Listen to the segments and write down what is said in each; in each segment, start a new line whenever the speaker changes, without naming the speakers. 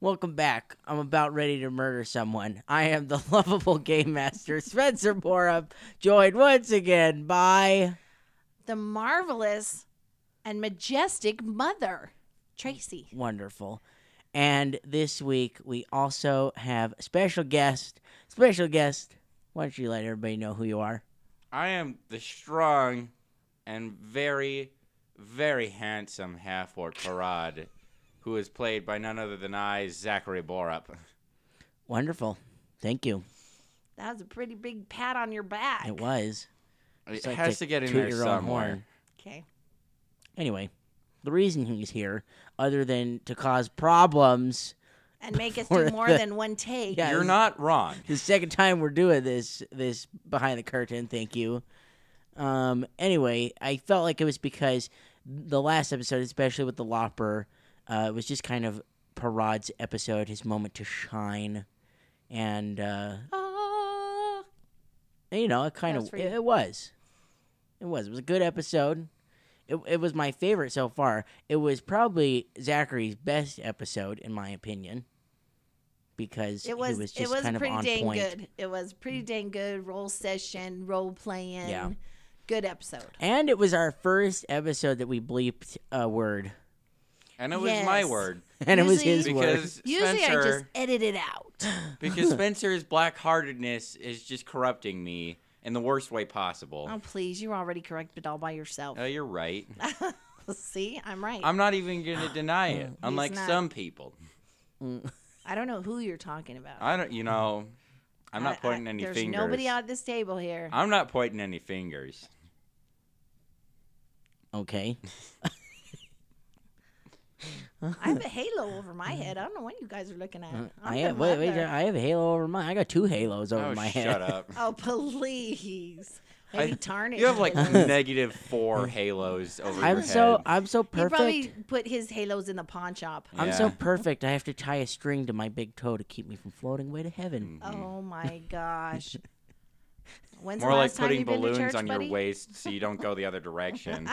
Welcome back. I'm about ready to murder someone. I am the lovable game master, Spencer Borup, joined once again by.
the marvelous and majestic mother, Tracy.
Wonderful. And this week, we also have special guest. Special guest. Why don't you let everybody know who you are?
I am the strong and very, very handsome half orc Parad, who is played by none other than I, Zachary Borup.
Wonderful. Thank you.
That was a pretty big pat on your back.
It was.
It
It's like
has
to
to get in
toot
there
your own
somewhere.
horn.
Okay.
Anyway, the reason he's here, other than to cause problems,
And make us
Before
do more
the-
than one take.
Yeah.
You're
Yes.
not wrong.
the second time we're doing this this behind the curtain thank you um anyway i felt like it was because the last episode especially with the lopper uh it was just kind of parad's episode his moment to shine and uh
Ah.
you know it kind
That
of
was for you.
it, it was it was it was a good episode it, it was my favorite so far it was probably zachary's best episode in my opinion because
it was,
he was just
it was
kind of
pretty
on
dang
point
good. It was pretty dang good role session, role playing.
Yeah.
Good episode.
And it was our first episode that we bleeped a word.
And it was my
Yes.
word.
And it was his
Usually-
word.
Because
Usually I just
Spencer
edit it out.
because Spencer's black heartedness is just corrupting me in the worst way possible.
oh, please. You're already corrected all by yourself.
Oh, you're right.
See, I'm right. I'm,
Uh, I'm not even gonna deny it, unlike
not.
some people.
I do not know who you're talking about.
I don't you know I'm
I-
not
I-
pointing any
there's
fingers.
nobody at this table here.
I'm not pointing any fingers.
Okay.
I have a halo over my head. I don't know what you guys are looking at. I'm
Mm, I have,
the
wait, wait,
mother.
I have a halo over mine. I got two halos over
oh,
my
shut
head.
up.
Oh please!
I-
Maybe tarnish.
You have like
him.
negative four halos over your
I'm
head.
so I'm so
he
perfect.
probably put his halos in the pawn shop.
I'm so
Yeah.
perfect. I have to tie a string to my big toe to keep me from floating away to
Mm.
heaven.
Oh my gosh! When's
more
the
like
last time
putting
you've been to
balloons
church,
on
buddy?
your waist so you don't go the other direction.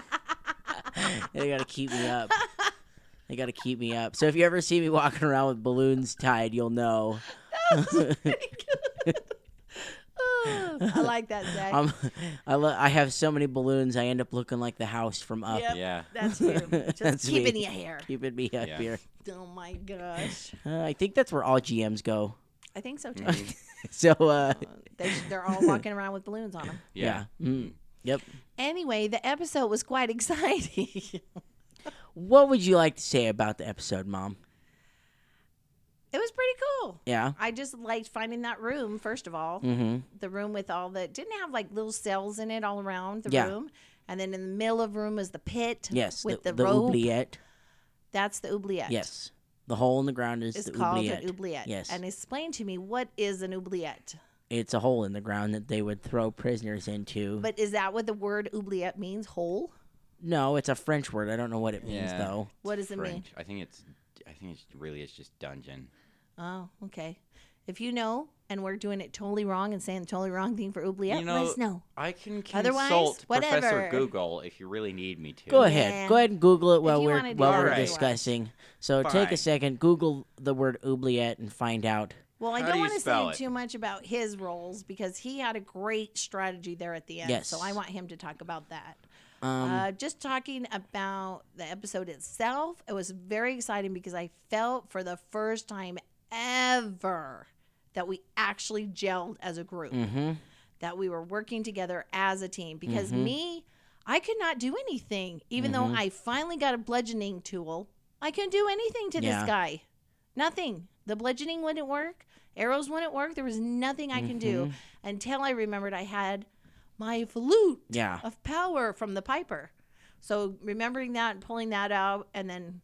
Mm.
they gotta keep me up. They gotta keep me up. So if you ever see me walking around with balloons tied, you'll know
Oh, I like that, Zach.
I'm, I lo- I have so many balloons. I end up looking like the house from Up.
Yep.
yeah.
That's you. Just
That's
keeping
me.
your hair.
Keeping me up
Yeah.
here.
Oh my gosh!
Uh, I think that's where all GMs go.
I think so too.
Mm-hmm.
So uh,
they, they're all walking around with balloons on them.
Yeah.
yeah. Mm. Yep.
Anyway, the episode was quite exciting.
What would you like to say about the episode, Mom?
it was pretty cool.
Yeah.
I just liked finding that room, first of all.
Mm-hmm.
The room with all the, it didn't have like little cells in it all around the
Yeah.
room. And then in the middle of the room is the pit.
Yes.
With the,
the
rope.
oubliette.
That's the oubliette.
Yes. The hole in the ground is
It's
the
called
oubliette.
an oubliette.
Yes.
And explain to me, what is an oubliette?
it's a hole in the ground that they would throw prisoners into.
But is that what the word oubliette means? Hole?
no, it's a French word. I don't know what it means
Yeah.
though.
What does it mean?
French. I think it's I think it's really it's just dungeon.
Oh, okay. If you know, and we're doing it totally wrong and saying the totally wrong thing for oubliette,
You
let
know,
us know.
I can consult
Otherwise,
Professor
whatever.
Google if you really need me to.
Go ahead.
Yeah.
Go ahead and Google it while
you
we're
wanna do
while
it,
we're
Alright.
discussing. So take a
Fine.
second. Google the word oubliette and find out.
Well, I
How
don't
do you
want to
spell
say
it?
too much about his roles because he had a great strategy there at the end.
Yes.
So I want him to talk about that.
Um,
uh, just talking about the episode itself, it was very exciting because I felt for the first time ever that we actually gelled as a group,
mhm.
that we were working together as a team. Because
Mm-hmm.
me, I could not do anything, even though I finally got a bludgeoning tool. I couldn't do anything to
Yeah.
this guy. Nothing. The bludgeoning wouldn't work. Arrows wouldn't work. There was nothing I can do
Mm-hmm.
until I remembered I had my flute
Yeah.
of power from the piper. So remembering that and pulling that out, and then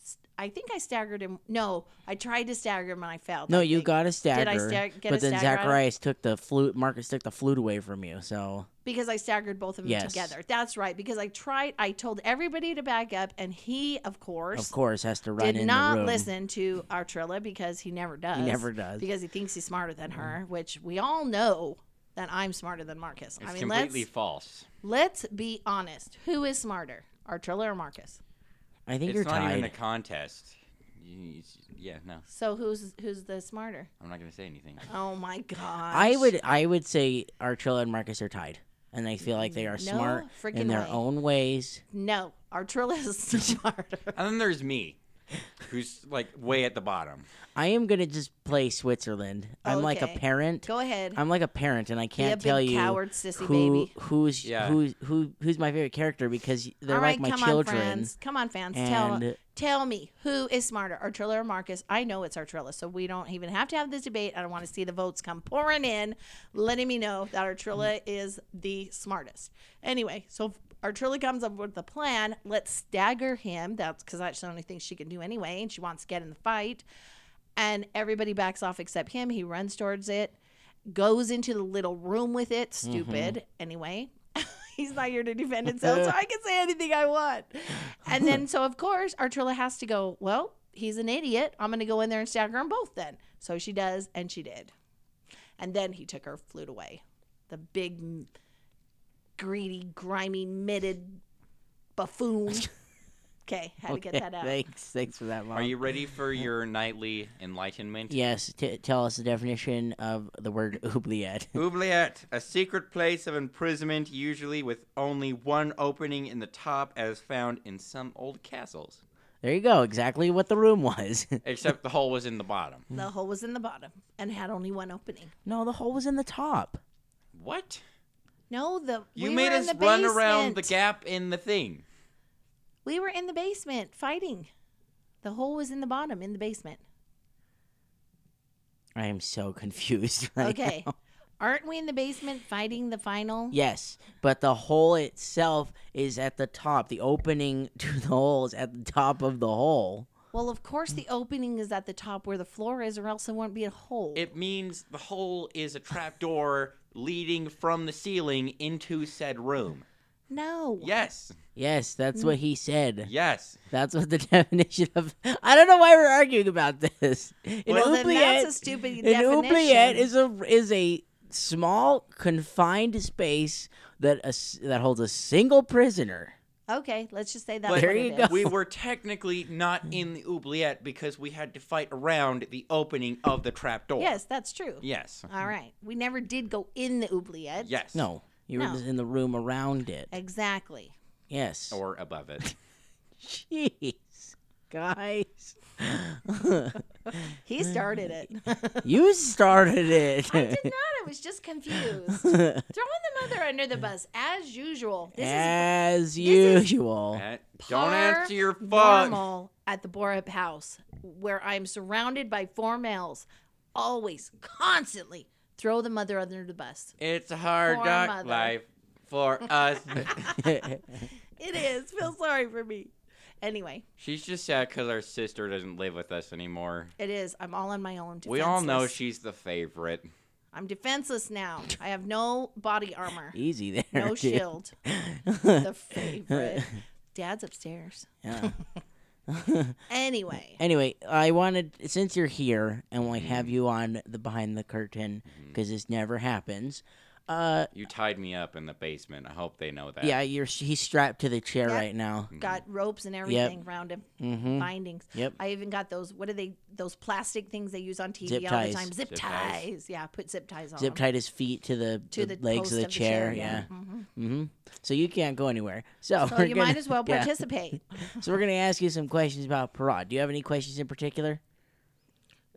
s- I think I staggered him. No, I tried to stagger him and I failed.
No,
I
you
think.
got a stagger.
stag- get
but
a
then
stagger out of it?
Zacharias took the flute. Marcus took the flute away from you. So
because I staggered both of them
Yes.
together. That's right. Because I tried. I told everybody to back up, and he, of course,
of course has to run in
did
the
not
room.
listen to our Trilla because he never does.
He never does. Mm-hmm.
because he thinks he's smarter than her, which we all know that I'm smarter than Marcus.
It's
I mean, let's
completely false.
let's be honest. Who is smarter, Artrilla or Marcus?
I think
It's
you're
not
tied.
even a contest. You- it's- yeah, no,
So who's who's the smarter?
I'm not gonna say anything.
Oh my god!
I would I would say Artrilla and Marcus are tied, and I feel like they are
Mm, No
smart in
freaking
their
way.
own ways.
no. Artrilla is smarter.
And then there's me, who's like way at the bottom.
I am gonna just play Switzerland. I'm like a
Okay.
parent.
Go ahead.
I'm like a parent, and I
be a
can't
big
tell you
coward, sissy
who
baby.
who's
Yeah.
who's who who's my favorite character because they're
All right,
like my
come
children.
on, friends. Come on, fans. Tell
And-
tell me who is smarter, Artrilla or Marcus? I know it's Artrilla, so we don't even have to have this debate. I don't want to see the votes come pouring in, letting me know that
Mm.
Artrilla is the smartest. Anyway, so if Artrilla comes up with the plan. Let's stagger him. That's because that's the only thing she can do anyway, and she wants to get in the fight. And everybody backs off except him. He runs towards it, goes into the little room with it.
Mm-hmm.
Stupid. Anyway, he's not here to defend himself, so I can say anything I want. And then, so of course, Artrilla has to go, Well, he's an idiot. I'm going to go in there and stagger them both then. So she does, and she did. And then he took her flute away. The big, m- greedy, grimy, mitted buffoon. Okay, had to get that out.
Thanks, thanks for that. Mom.
Are you ready for your nightly enlightenment?
Yes, t- tell us the definition of the word oubliette.
Oubliette, a secret place of imprisonment, usually with only one opening in the top, as found in some old castles.
There you go. Exactly what the room was.
Except the hole was in the bottom.
The hole was in the bottom and had only one opening.
no, the hole was in the top.
What?
No, the
You
we
made
were in
us
the
run around the
basement.
gap in the thing.
We were in the basement fighting. The hole was in the bottom in the basement.
I am so confused. Right
Okay.
now.
Aren't we in the basement fighting the final?
Yes, but the hole itself is at the top. The opening to the hole is at the top of the hole.
Well, of course the opening is at the top where the floor is, or else there won't be a hole.
It means the hole is a trapdoor leading from the ceiling into said room.
no.
Yes.
Yes, that's what he said.
Yes.
That's what the definition of. I don't know why we're arguing about this. An
Well, then that's a
oubliette-
stupid
An oubliette
definition.
is a is a small confined space that a, s- that holds a single prisoner.
Okay, let's just say that's
But
what
There
it
you
is.
go.
we were technically not in the oubliette because we had to fight around the opening of the trapdoor.
Yes, that's true.
Yes.
All right. We never did go in the oubliette.
Yes.
No, you were
No.
just in the room around it.
Exactly.
Yes.
Or above it.
Jeez, guys,
He started it.
you started it.
I did not. I was just confused. Throwing the mother under the bus as usual. This is
As
is
usual.
Eh, Don't answer your phone.
normal at the Borup house, where I'm surrounded by four males, always, constantly throw the mother under the bus.
It's a hard
Poor
dark
mother.
life for us.
It is. Feel sorry for me. Anyway,
She's just sad because our sister doesn't live with us anymore.
it is. I'm all on my own.
We all know
defenseless.
she's the favorite.
I'm defenseless now. I have no body armor,
Easy there.
no
dude.
shield. the favorite. Dad's upstairs.
Yeah.
Anyway,
Anyway, I wanted since you're here and we
Mm-hmm.
have you on the behind the curtain because this never happens. Uh,
You tied me up in the basement. I hope they know that.
yeah, you're he's strapped to the chair
Yep. Uh-huh.
right now.
got ropes and everything around him.
Mm-hmm.
bindings.
Yep.
I even got those. What are they? Those plastic things they use on TV
Zip
all
ties.
the time. Zip,
Zip
ties.
ties.
Yeah, put zip ties on.
Zip
them.
tied his feet to the,
to
the
the,
legs
post
of the chair. Yeah.
Mhm.
Mm-hmm. So you can't go anywhere. So,
So
we're
you
gonna,
might as well
yeah.
participate.
So we're gonna ask you some questions about Parad. Do you have any questions in particular,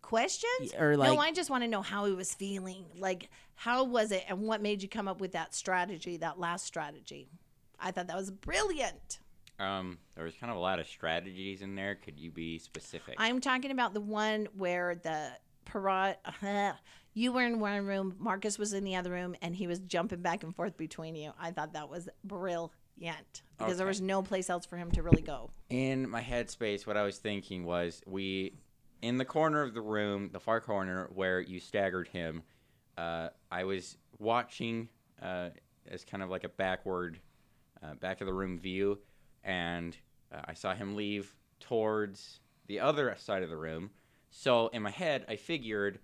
Questions?
or like
no, I just want to know how he was feeling. Like, how was it, and what made you come up with that strategy, that last strategy? I thought that was brilliant.
Um, there was kind of a lot of strategies in there. Could you be specific?
I'm talking about the one where the parrot. uh-huh, you were in one room, Marcus was in the other room, and he was jumping back and forth between you. I thought that was brilliant. brilliant because there
Okay.
was no place else for him to really go.
in my headspace, what I was thinking was we, in the corner of the room, the far corner where you staggered him, uh, I was watching uh, as kind of like a backward, uh, back of the room view, and uh, I saw him leave towards the other side of the room. So in my head, I figured,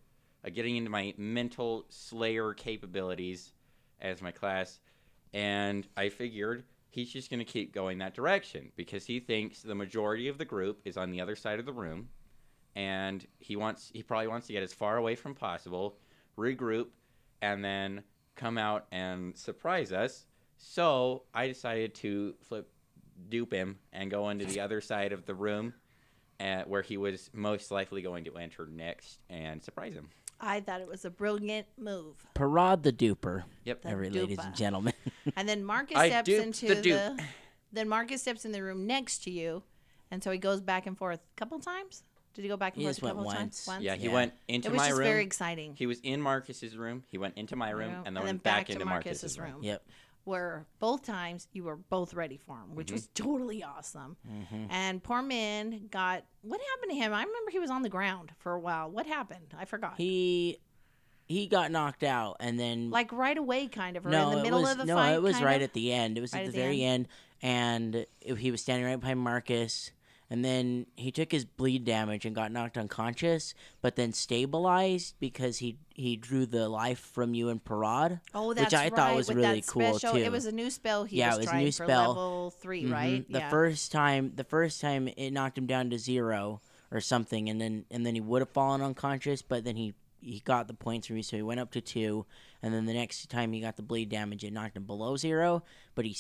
uh, getting into my mental slayer capabilities as my class, and I figured he's just going to keep going that direction because he thinks the majority of the group is on the other side of the room, and he wants he probably wants to get as far away from possible, regroup, and then come out and surprise us. So I decided to flip dupe him and go into the other side of the room. Uh, where he was most likely going to enter next and surprise him.
I thought it was a brilliant move.
Parade the duper,
Yep.
The
every ladies and
duper.
gentlemen.
And then Marcus
Hmm. I
steps
duped
into
the
the,
dupe.
then Marcus steps in the room next to you, and so he goes back and forth a couple times. Did he go back and
He
forth
just
a
went
couple
once.
times? Once.
Yeah, he
Yeah.
went into
It was
my
just
room.
very exciting.
He was in Marcus's room. He went into my room
Yeah.
and then, went back, into Marcus's, room.
yep.
Where both times you were both ready for him,
Mm-hmm.
which was totally awesome. And poor Min got what happened to him? I remember he was on the ground for a while. What happened? I forgot.
He he got knocked out, and then
like right away, kind of, or
no,
in the middle
it was,
of the
no,
fight.
it was
kind
right
of?
at the end. It was
Right
at the,
at the
very end, and it- he was standing right behind Marcus. And then he took his bleed damage and got knocked unconscious, but then stabilized because he he drew the life from you and Parad.
Oh,
which
that's
I
right.
thought was
with
really
that
cool
special.
too.
It was a new spell. He
Yeah,
was
it was a
trying
new
for
spell.
level 3
Mhm.
right?
The
yeah.
first time, the first time it knocked him down to zero or something, and then and then he would have fallen unconscious, but then he he got the points from you, so he went up to two, and then the next time he got the bleed damage, it knocked him below zero, but he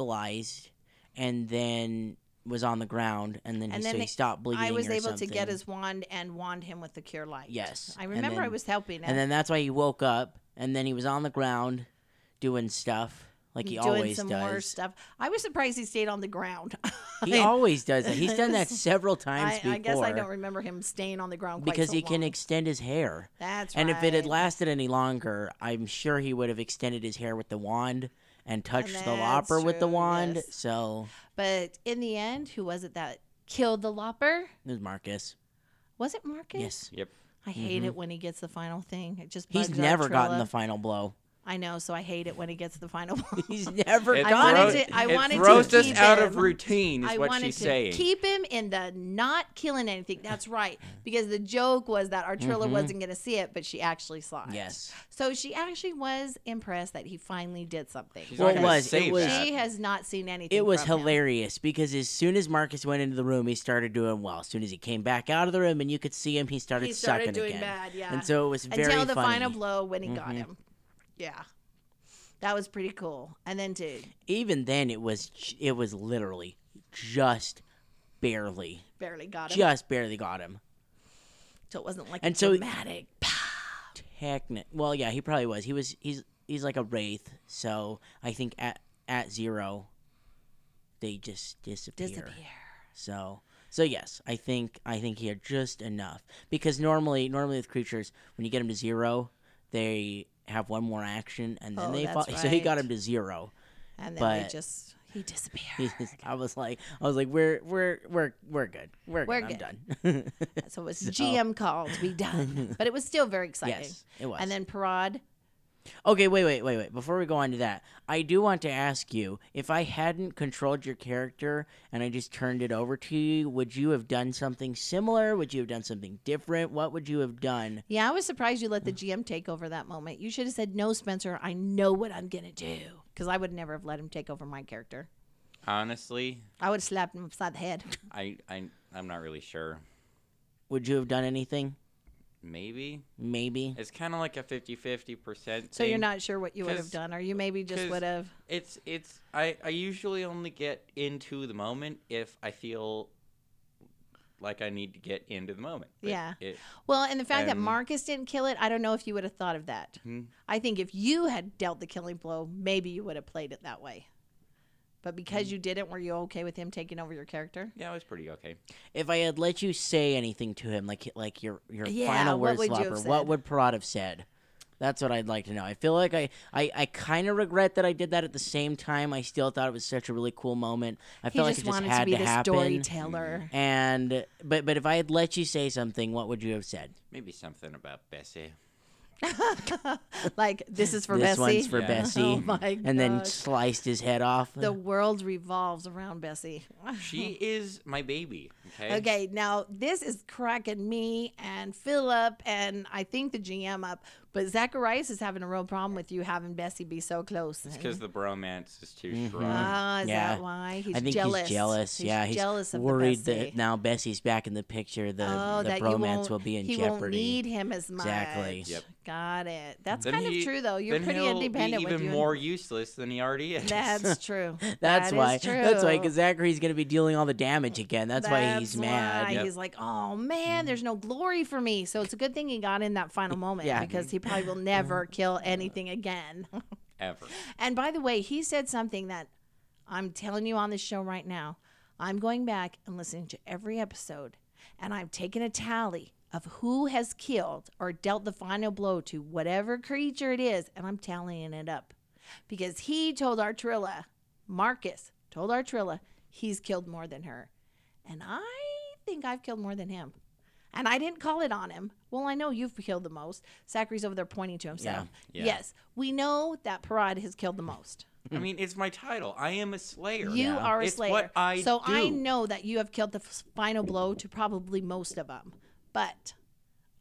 stabilized, and then was on the ground, and then,
And
he,
then
so he
it-
stopped bleeding.
I was
or
able to get
something.
his wand and wand him with the cure light.
Yes.
I
And
remember I
then-
was helping him.
and then that's why he woke up, and then he was on the ground, doing stuff like he
doing
always
some
does.
more stuff. I was surprised he stayed on the ground.
He always does that. He's done that several times
I,
before.
I guess I don't remember him staying on the ground quite
because
so
he can
long.
extend his hair.
That's
And if it had
right.
lasted any longer, I'm sure he would have extended his hair with the wand and touched the
that's
lopper with the
true,
wand.
yes.
So
But in the end, who was it that killed the lopper?
it was Marcus.
Was it Marcus?
Yes. Mm-hmm.
Yep.
I hate it when he gets the final thing. It just
He's
bugs out
never gotten
Trilla.
the final blow.
I know, so I hate it when he gets the final.
He's never
It,
I
gotten
wanted
throws,
it.
to- I
it
wanted to
throws us
keep
out of
him.
routine, is
I
what
wanted
she's
to
saying.
keep him in the not killing anything. That's right, because the joke was that Artrilla wasn't going to see it, but she actually saw it.
Mm-hmm. Yes.
So she actually was impressed that he finally did something.
She's
Well, it
not gonna
was- it
say
was-
that.
She has not seen anything.
It was
from him.
hilarious because as soon as Marcus went into the room, he started doing well. As soon as he came back out of the room and you could see him, he started,
He started
sucking
doing
again.
bad, yeah.
And so it was very
Until the
funny. Mm-hmm.
final blow when he got him. Yeah, that was pretty cool. And then to
Even then, it was j- it was literally just barely,
barely got him,
just barely got him.
so it wasn't like
and so-
dramatic.
Technic. Well, yeah, he probably was. He was. He's he's like a wraith. So I think at at zero, they just disappear.
Disappear.
So so yes, I think I think he had just enough because normally normally with creatures when you get them to zero, they have one more action and then
Oh,
they fall.
that's
So he got
right.
him to zero.
And then they
But-
just he disappeared.
He's- I was like I was like we're we're we're we're good. We're good.
We're
I'm
good.
done.
so it was GM call to be done, but it was still very exciting.
Yes, it was.
And then Parad
Okay, wait, wait, wait, wait. Before we go on to that, I do want to ask you if I hadn't controlled your character and I just turned it over to you, would you have done something similar? Would you have done something different? What would you have done?
Yeah, I was surprised you let the GM take over that moment. You should have said, "No, Spencer, I know what I'm gonna do," because I would never have let him take over my character.
Honestly,
I would have slapped him upside the head.
I, I, I'm not really sure.
Would you have done anything?
Maybe.
Maybe.
It's kind of like a 50 50% thing.
So you're not sure what you would have
'Cause-
done, or you maybe just
'cause-
would have.
It's it's I I usually only get into the moment if I feel like I need to get into the moment. But
Yeah.
It,
Well, and the fact that
and-
Marcus didn't kill it, I don't know if you would have thought of that.
Hmm.
I think if you had dealt the killing blow, maybe you would have played it that way. But
Hmm.
because you didn't, were you okay with him taking over your character?
yeah, it was pretty okay.
If I had let you say anything to him, like like your your
Yeah,
final
what
words,
would you
Lopper,
have
what
said?
would Parad have said? That's what I'd like to know. I feel like I, I, I kind of regret that I did that. At the same time, I still thought it was such a really cool moment. I
He
felt
just
like it just
wanted
had
to
to,
be the
happen.
storyteller.
And but but if I had let you say something, what would you have said?
Maybe something about Bessie. Hmm.
like this is for
this
Bessie.
one's for
Yeah.
Bessie,
Oh my
and then
gosh.
sliced his head off.
the world revolves around Bessie.
She is my baby. Okay.
Okay, now this is cracking me and Philip and I think the GM up, but Zacharias is having a real problem with you having Bessie be so close.
It's because the bromance is too
Mhm.
strong.
Ah, is
Yeah.
that why? He's
I think
jealous.
he's jealous. yeah, he's
jealous of the
worried
Bessie.
that now Bessie's back in the picture. The
oh,
the
that you
romance
won't,
will be in
he won't
jeopardy.
need him as much.
Exactly.
Yep.
Got it. That's
Then
kind
he-
of true, though. You're
then
pretty
he'll
independent
Be
with
even
you.
more useless than he already is.
That's true.
That's
That is
why. That's why.
true.
Because Zachary's gonna be dealing all the damage again. That's, why he's
That's
mad. Mm-hmm.
why.
Yep.
He's like, oh man, there's no glory for me. So it's a good thing he got in that final moment
Yeah. Mm-hmm.
because he probably will never kill anything again.
ever.
and by the way, he said something that I'm telling you on this show right now. I'm going back and listening to every episode, and I've taken a tally of who has killed or dealt the final blow to whatever creature it is, and I'm tallying it up. Because he told Artrilla, Marcus told Artrilla, he's killed more than her. And I think I've killed more than him. And I didn't call it on him. Well, I know you've killed the most. Zachary's over there pointing to himself.
Yeah.
Yes, we know that Parad has killed the most.
I mean, it's my title. I am a slayer.
Hmm. You are a
It's
slayer.
what I
so I
do.
know that you have killed the f- final blow to probably most of them. But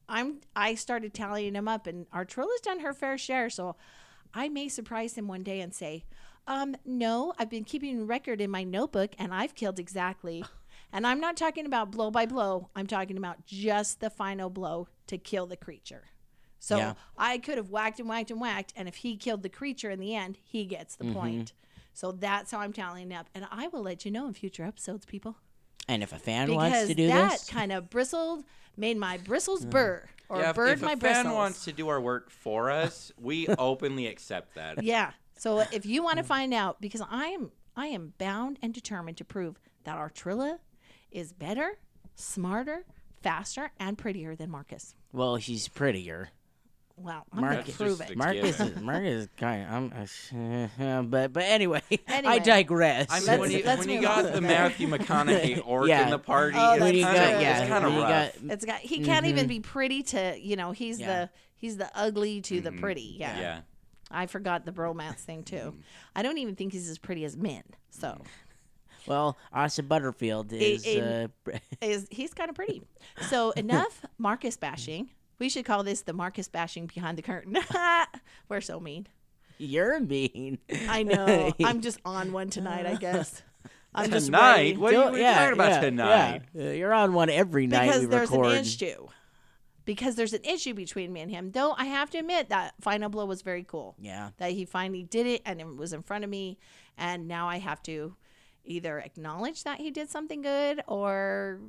I'm I started tallying them up, and Artrilla's done her fair share. So I may surprise him one day and say, "Um, no, I've been keeping a record in my notebook, and I've killed exactly." And I'm not talking about blow by blow. I'm talking about just the final blow to kill the creature. So
Yeah.
I could have whacked and whacked and whacked, and if he killed the creature in the end, he gets
Mm-hmm.
the point. So that's how I'm tallying up, and I will let you know in future episodes, people,
And if a fan wants
because
to do
that
this,
kind of bristled made my bristles burr or
Yeah, if-
burred
if
my
a fan
bristles.
wants to do our work for us, we openly accept that.
yeah. So if you want to find out, because I am I am bound and determined to prove that our Trilla is better, smarter, faster, and prettier than Marcus.
well, she's prettier.
Well, I'm
Marcus
going to
is
prove
the
it.
It's
Marcus,
given.
is, Marcus is kind of. I'm, uh, but but anyway, I
Anyway.
digress.
I mean,
Let's-
when you,
let's
when you
move
got
on.
the Matthew McConaughey orc
Yeah.
in the party,
Oh,
it's
that's
when you
kind
got
of
yeah,
it's kind of
when you
rough.
got
It's got he can't even be pretty to you know he's
Mm-hmm. Yeah.
the he's the ugly to the pretty.
Mm-hmm. yeah.
I forgot the bromance thing
Mm-hmm.
too. I don't even think he's as pretty as men. So
Well, Austin Butterfield is.
in-
uh,
is he's kind of pretty. So enough Marcus bashing. We should call this the Marcus bashing behind the curtain. We're so mean.
you're mean.
I know. I'm just on one tonight, I guess. I'm just
Tonight?
ready.
What are you, what are you talking about
yeah,
tonight?
yeah. Uh, you're on one every night
because
we
there's
record.
an issue. Because there's an issue between me and him. Though I have to admit that final blow was very cool.
Yeah.
that he finally did it and it was in front of me and now i have to either acknowledge that he did something good or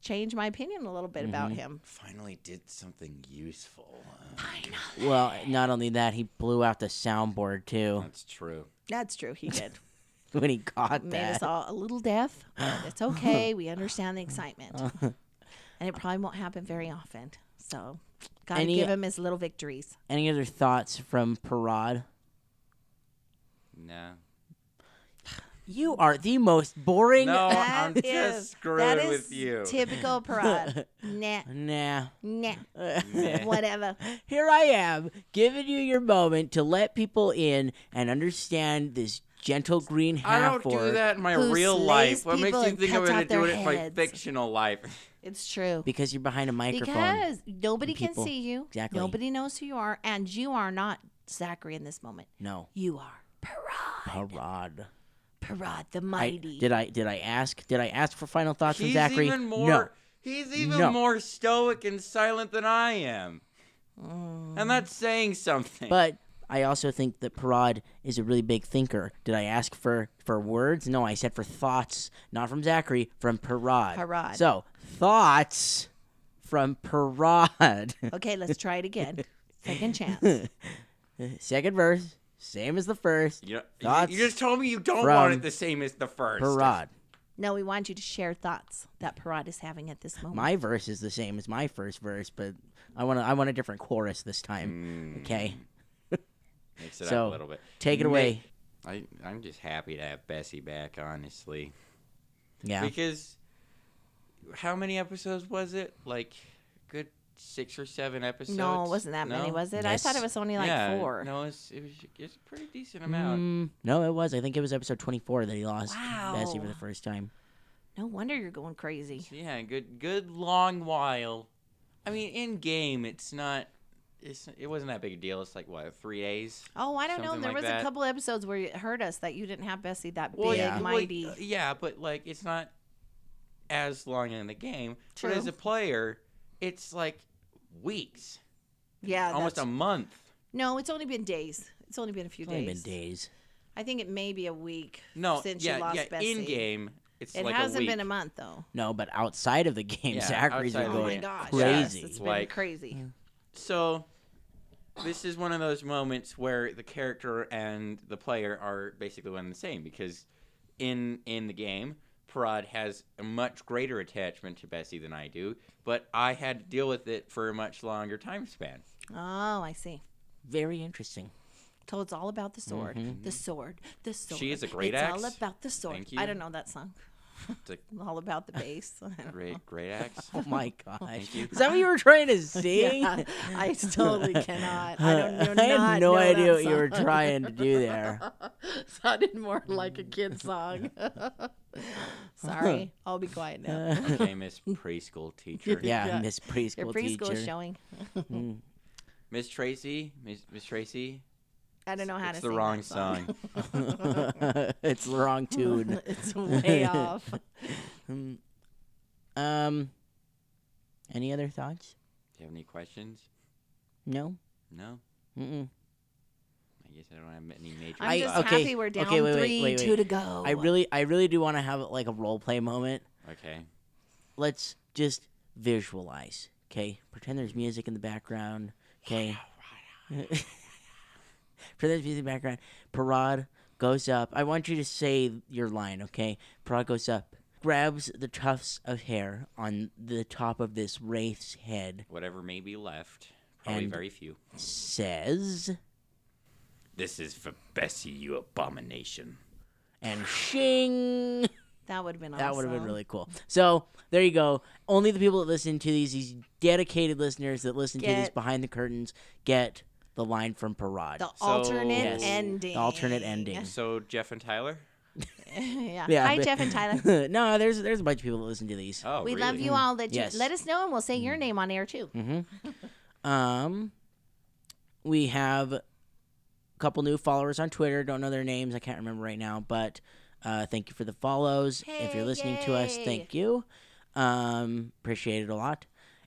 change my opinion a little bit about
Mm-hmm.
him
Finally, did something useful.
Well, not only that, he blew out the soundboard too
That's true.
that's true he did
when he caught
made us
that.
all a little deaf but it's okay we understand the excitement and it probably won't happen very often so gotta
Any-
give him his little victories
Any other thoughts from Parad?
No.
You are the most boring.
No,
That
Oh, I'm just
is-
screwing
that
with
is
you.
typical parade nah
Nah.
nah
Nah.
whatever
Here I am, giving you your moment to let people in and understand this gentle green
I
half
don't do that in my
who
real
slays
life. What makes
people
you
and
think I'm
cuts
going
off
to do
their
it in my
heads?
fictional life?
it's true
because you're behind a microphone.
Because nobody can
people.
see you.
Exactly.
Nobody knows who you are, and you are not Zachary in this moment.
no,
You are Parad,
Parad.
Parad the
I,
Mighty.
did I did I ask did I ask for final thoughts from
He's
Zachary?
even more.
no.
He's even
No.
more stoic and silent than I am, and that's saying something.
Mm. But I also think that Parad is a really big thinker. Did I ask for for words? No, I said for thoughts, not from Zachary, from Parad.
Parad.
So thoughts from Parad.
okay, let's try it again. Second chance.
Second verse, same as the first.
you, know, you-
Thoughts
you just told me you don't want
from
it the same as the first.
Parad.
No, we want you to share thoughts that Parad is having at this moment.
My verse is the same as my first verse, but I want to. I want a different chorus this
Mm.
time. Okay,
Mix it
So,
up a little bit.
take it
Ma-
away.
I, I'm just happy to have Bessie back, honestly.
Yeah,
Because how many episodes was it? Like good six or seven episodes.
no, it wasn't that many,
No?
was it? I thought
Yes.
it was only like
yeah,
four.
No, it's it was it's a pretty decent amount.
Mm, no, it was. I think it was episode twenty-four that he lost Bessie for
Wow.
the first time.
No wonder you're going crazy.
So, yeah, good good long while. I mean, in game, it's not. It's it wasn't that big a deal. It's like what three days.
Oh, I don't know.
Something
There
like
was
that.
a couple episodes where it hurt us that you didn't have Bessie that big,
yeah.
well,
mighty.
uh, yeah, but like it's not as long in the game.
True.
But as a player, it's like weeks,
yeah,
almost a
that's-
month.
No, it's only been days. It's only been a few
It's only
days.
been days.
I think it may be a week
No,
since
yeah,
you lost
yeah.
Bessie.
In game, it's
It
like
hasn't
a week.
been a month though.
No, but outside of the game,
Yeah,
Zachary's
outside
been
of
Oh
the
going
my
game.
gosh.
crazy.
Yes, it's
Like-
been crazy.
So, this is one of those moments where the character and the player are basically one and the same because in in the game, Parad has a much greater attachment to Bessie than I do, but I had to deal with it for a much longer time span.
Oh, I see.
Very interesting.
So it's all about the sword.
Mm-hmm.
The sword. The sword.
is a great
It's all
axe.
about the sword.
Thank
I
you.
don't know that song.
It's a
All about the bass. I don't know.
great great axe.
Oh my gosh. Is that what you were trying to sing?
Yeah, I totally cannot. I don't
Uh,
know.
I had no idea what
song.
you were trying to do there.
Sounded more like a kid song. Sorry, I'll be quiet
Uh,
now.
Famous preschool teacher.
Yeah,
Yeah.
Miss Preschool,
Your preschool
teacher. Hmm.
is showing.
Miss Tracy, Miss, Miss Tracy.
I don't know how
it's
to
the
sing
wrong
that song.
song.
it's the wrong tune. Hmm.
it's way off.
Um, any other thoughts?
Do you have any questions?
No.
No.
Mm-mm.
I guess I don't have any major.
I'm
I-
just
okay,
happy we're down
okay, wait, wait,
three,
wait, wait.
two to go.
I really, I really do want to have like a role play moment.
okay.
Let's just visualize. Okay, pretend there's music in the background. Okay. pretend there's music in the background. Parad goes up. I want you to say your line. Okay. Parad goes up, grabs the tufts of hair on the top of this wraith's head,
Whatever may be left. Probably
And-
very few.
says.
This is for Bessie, you abomination.
and shing.
that would have been awesome.
That would have been really cool. So there you go. Only the people that listen to these, these dedicated listeners that listen to these
Get-
behind the curtains, get the line from Parad.
the alternate
Yes. The
ending.
alternate ending.
So Jeff and Tyler.
yeah.
Yeah,
Hi,
but-
Jeff and Tyler.
no, there's there's a bunch of people that listen to these.
Oh,
we
really?
love you all. That you
Yes. Mm-hmm.
let us know, and we'll say your name on air too.
Um, we have a couple new followers on Twitter. Don't know their names. I can't remember right now, but uh, thank you for the follows. if
Hey,
you're listening to us,
yay.
thank you. Um, appreciate it a lot.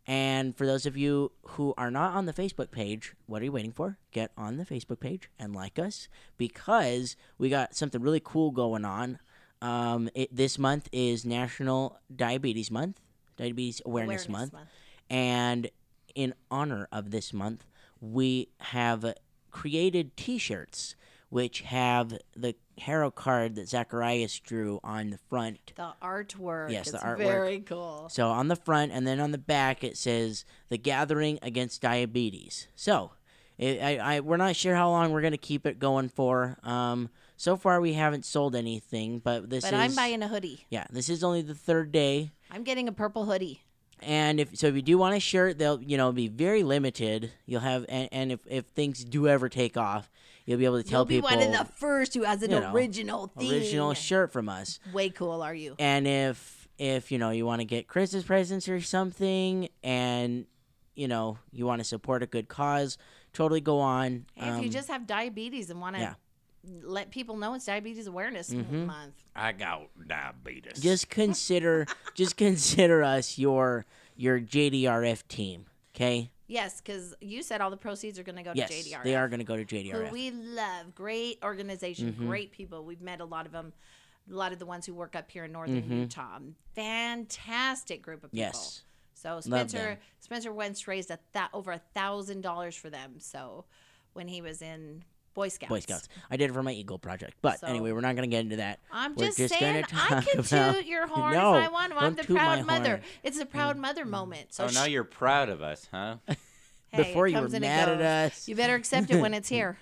And for those of you who are not on the Facebook page, what are you waiting for? Get on the Facebook page and like us because we got something really cool going on. Um, it, this month is National Diabetes Month, Diabetes Awareness,
Awareness
month.
month.
And in honor of this month, we have created t shirts which have the Harrow card that Zacharias drew on the front.
The artwork.
Yes, the
It's
artwork.
Very cool.
So on the front and then on the back, it says "The Gathering Against Diabetes." So, it, I, I we're not sure how long we're gonna keep it going for. Um, so far we haven't sold anything, but this
But
is
I'm buying a hoodie.
yeah, this is only the third day,
I'm getting a purple hoodie.
and if so, if you do want a shirt, they'll you know be very limited. You'll have and, and if if things do ever take off, you'll be able to tell
You'll be
people
one of the first who has an
you know,
original thing.
original shirt from us.
Way cool are you?
and if if you know you want to get Christmas presents or something, and you know you want to support a good cause, totally go on.
And if you
Um,
just have diabetes and want to
yeah. Mm-hmm.
let people know it's Diabetes Awareness Month,
I got diabetes.
just consider just consider us your your JDRF team. Okay.
yes, because you said all the proceeds are going to go
Yes,
to JDR.
they are going to go to
who
JDRF.
we love. Great organization,
Mm-hmm.
great people. We've met a lot of them, a lot of the ones who work up here in northern Utah. Fantastic group of people.
Mm-hmm. Yes.
So
them.
Spencer Spencer Wentz raised a th- over a thousand dollars for them. So when he was in Boy Scouts.
Boy Scouts. I did it for my Eagle project. But
So-
anyway, we're not going to get into that.
I'm
We're
just,
just gonna
saying, I
talk
can
about-
toot your horn
No,
if I want. to. I'm
don't
the
toot my
proud mother.
horn. Mm-hmm.
It's the proud mother moment. So
Oh, now
sh-
you're proud of us, huh?
hey,
Before
it
you were
comes and it
mad at
goes.
us.
You better accept it when it's here.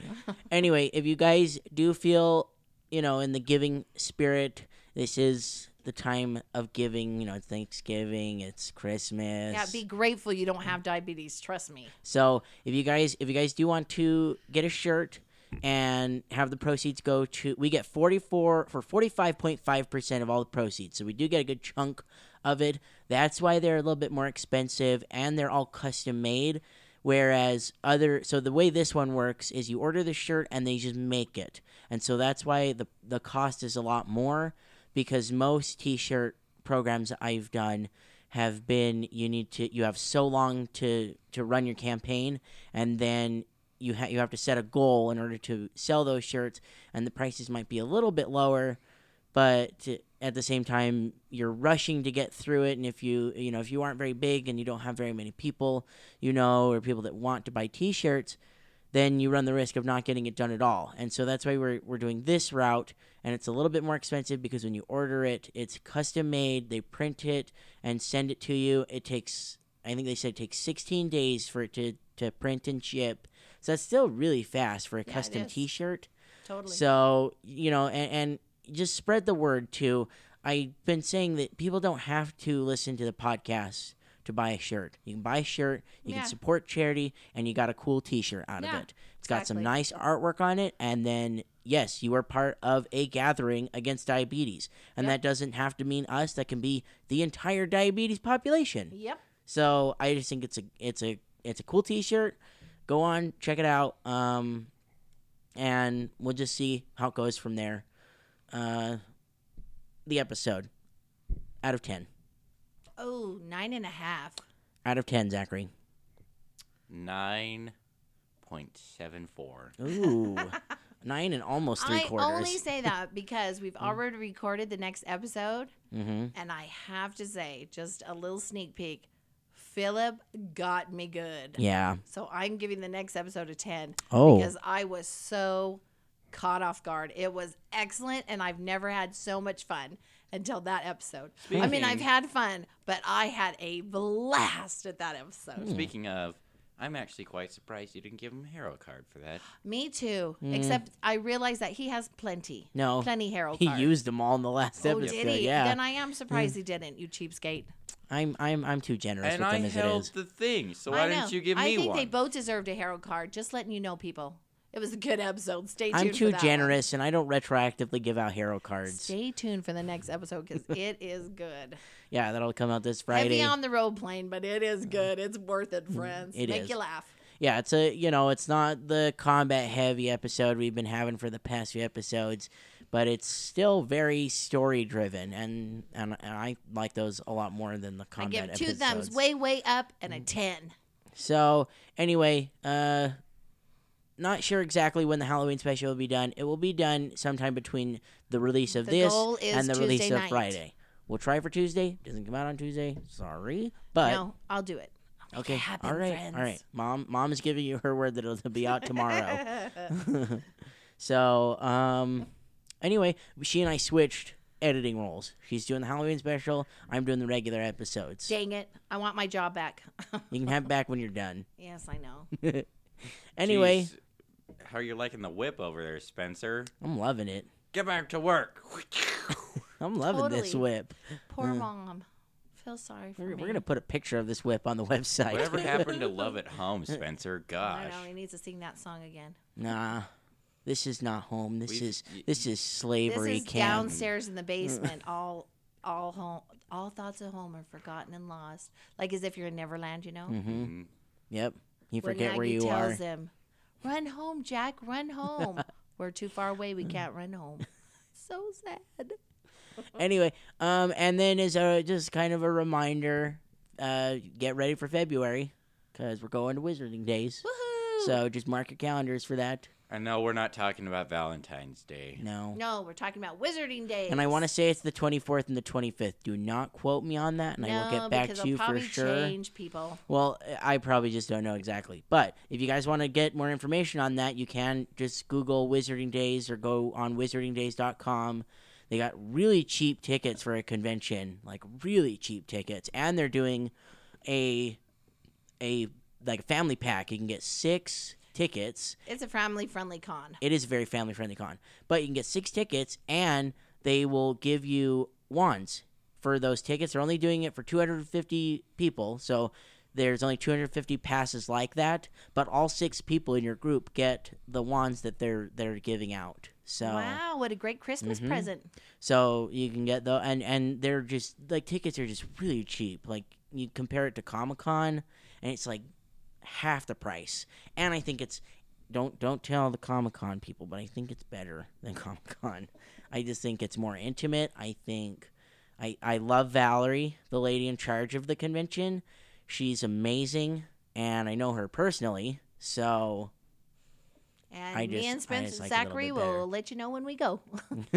Anyway, if you guys do feel, you know, in the giving spirit, this is the time of giving. You know, it's Thanksgiving, it's Christmas.
yeah, be grateful you don't have diabetes. Trust me.
So if you guys if you guys do want to get a shirt and have the proceeds go to we get 44 for 45.5% of all the proceeds. So we do get a good chunk of it. That's why they're a little bit more expensive and they're all custom made whereas other so the way this one works is you order the shirt and they just make it. And so that's why the the cost is a lot more because most t-shirt programs I've done have been you need to you have so long to to run your campaign and then you ha- you have to set a goal in order to sell those shirts and the prices might be a little bit lower but at the same time you're rushing to get through it and if you you know if you aren't very big and you don't have very many people you know or people that want to buy t-shirts then you run the risk of not getting it done at all. And so that's why we're, we're doing this route. And it's a little bit more expensive because when you order it, it's custom made. They print it and send it to you. It takes, I think they said it takes 16 days for it to, to print and ship. So that's still really fast for a
it
custom
is.
t shirt.
Totally.
So, you know, and, and just spread the word too. I've been saying that people don't have to listen to the podcast to buy a shirt. You can buy a shirt, you
Yeah.
can support charity, and you got a cool t shirt out
Yeah,
of it. It's got some
exactly.
nice artwork on it, and then yes, you are part of a gathering against diabetes. And
Yep.
that doesn't have to mean us, that can be the entire diabetes population.
yep.
So I just think it's a it's a it's a cool T-shirt. Go on, check it out, um, and we'll just see how it goes from there. Uh, the episode out of ten,
Oh, nine and a half.
out of ten, Zachary.
Nine point seven four.
Ooh, nine and almost three
I only
quarters. Mm.
say that because we've already recorded the next episode,
hmm
and I have to say, just a little sneak peek. Philip got me good.
Yeah.
So I'm giving the next episode a 10
Oh.
because I was so caught off guard. It was excellent, and I've never had so much fun until that episode. I mean, I've
Speaking-
had fun, but I had a blast at that episode.
Mm.
Speaking of, I'm actually quite surprised you didn't give him a hero card for that.
Me too, except I realized that he has plenty.
Mm. No.
Plenty Harold
he
cards.
used them all in the last
Oh,
episode.
did he?
Yeah, Hmm.
Then I am surprised he didn't, you cheapskate.
I'm I'm I'm too generous
and
with
I
them as it
held
is.
the thing, so why
I know.
didn't you give
I
me
think
one?
they both deserved a Harold card. Just letting you know, people. It was a good episode. Stay tuned.
I'm
for
too
that one.
generous, and I don't retroactively give out hero cards.
Stay tuned for the next episode because it is good.
Yeah, that'll come out this Friday. Mm,
Heavy on the road plane, but it is good. It's worth it, friends.
It
Make
is.
you laugh.
yeah, it's a you know, it's not the combat heavy episode we've been having for the past few episodes, but it's still very story driven, and, and and I like those a lot more than the
I
combat.
give two
episodes. Mm.
thumbs way, way up and a 10.
So anyway, uh, not sure exactly when the Halloween special will be done. It will be done sometime between the release of
The
this
goal is
and the
Tuesday
release of
night.
Friday. We'll try for Tuesday. Doesn't come out on Tuesday. Sorry, but
no, I'll do it. I'll make
Okay.
It happen,
all right.
Friends.
All right. Mom. Mom is giving you her word that it'll be out tomorrow. so, um, anyway, she and I switched editing roles. She's doing the Halloween special. I'm doing the regular episodes.
Dang it. I want my job back.
You can have it back when you're done.
yes, I know.
Mm. Anyway,
Jeez, how are you liking the whip over there, Spencer?
I'm loving it.
Get back to work.
I'm loving this
Totally.
whip.
Poor mom. Feel sorry for
We're,
me.
we're gonna put a picture of this whip on the website.
Whatever happened to love at home, Spencer?
I
Gosh.
know. Mm-hmm. He needs to sing that song again.
Nah, this is not home. This
We've-
is
y-
this is slavery
this is
camp.
downstairs in the basement. all, all home, all thoughts of home are forgotten and lost, like as if you're in Neverland. You know.
Mhm.
Yep. You
When
Hmm. forget where
Maggie
you are.
tells him, "Run home, Jack. Run home. We're too far away.
Hmm.
We can't run home." So sad.
anyway, um, and then as a just kind of a reminder, uh, get ready for February because we're going to Wizarding Days.
Woohoo!
So just mark your calendars for that.
And no, we're not talking about Valentine's Day.
No.
No, we're talking about Wizarding Days.
And I want to say it's the 24th and the 25th. Do not quote me on that, and I will get back
because
to you
it'll
for
probably
sure.
Change people.
Well, I probably just don't know exactly. But if you guys want to get more information on that, you can just Google Wizarding Days or go on wizardingdays.com. They got really cheap tickets for a convention, like really cheap tickets, and they're doing a a like family pack. You can get 6 tickets.
It's a family friendly con.
It is a very family friendly con. But you can get 6 tickets and they will give you wands for those tickets. They're only doing it for 250 people, so there's only 250 passes like that. But all six people in your group get the wands that they're they're giving out. So
Wow, what a great Christmas
Mhm.
present.
so you can get the and and they're just like tickets are just really cheap. Like you compare it to Comic Con, and it's like half the price. And I think it's don't don't tell the Comic Con people, but I think it's better than Comic Con. I just think it's more intimate. I think I I love Valerie, the lady in charge of the convention. She's amazing, and I know her personally. So
And
I
me
just- I
and Spence
just
and
like it a little
Zachary
bit better.
will let you know when we go.
and,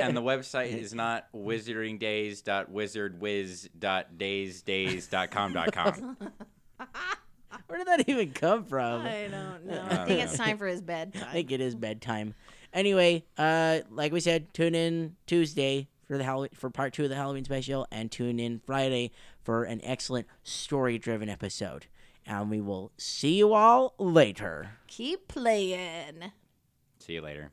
and the website is not wizardingdays.wizardwiz.daysdays.com.com.
where did that even come from?
I don't know.
I
I think
don't
it's
know.
time for his bed
I
time.
think it is bedtime. Anyway, uh, like we said, tune in Tuesday for the Halloween for part two of the Halloween special, and tune in Friday for an excellent story-driven episode. And we will see you all later.
Keep playing.
See you later.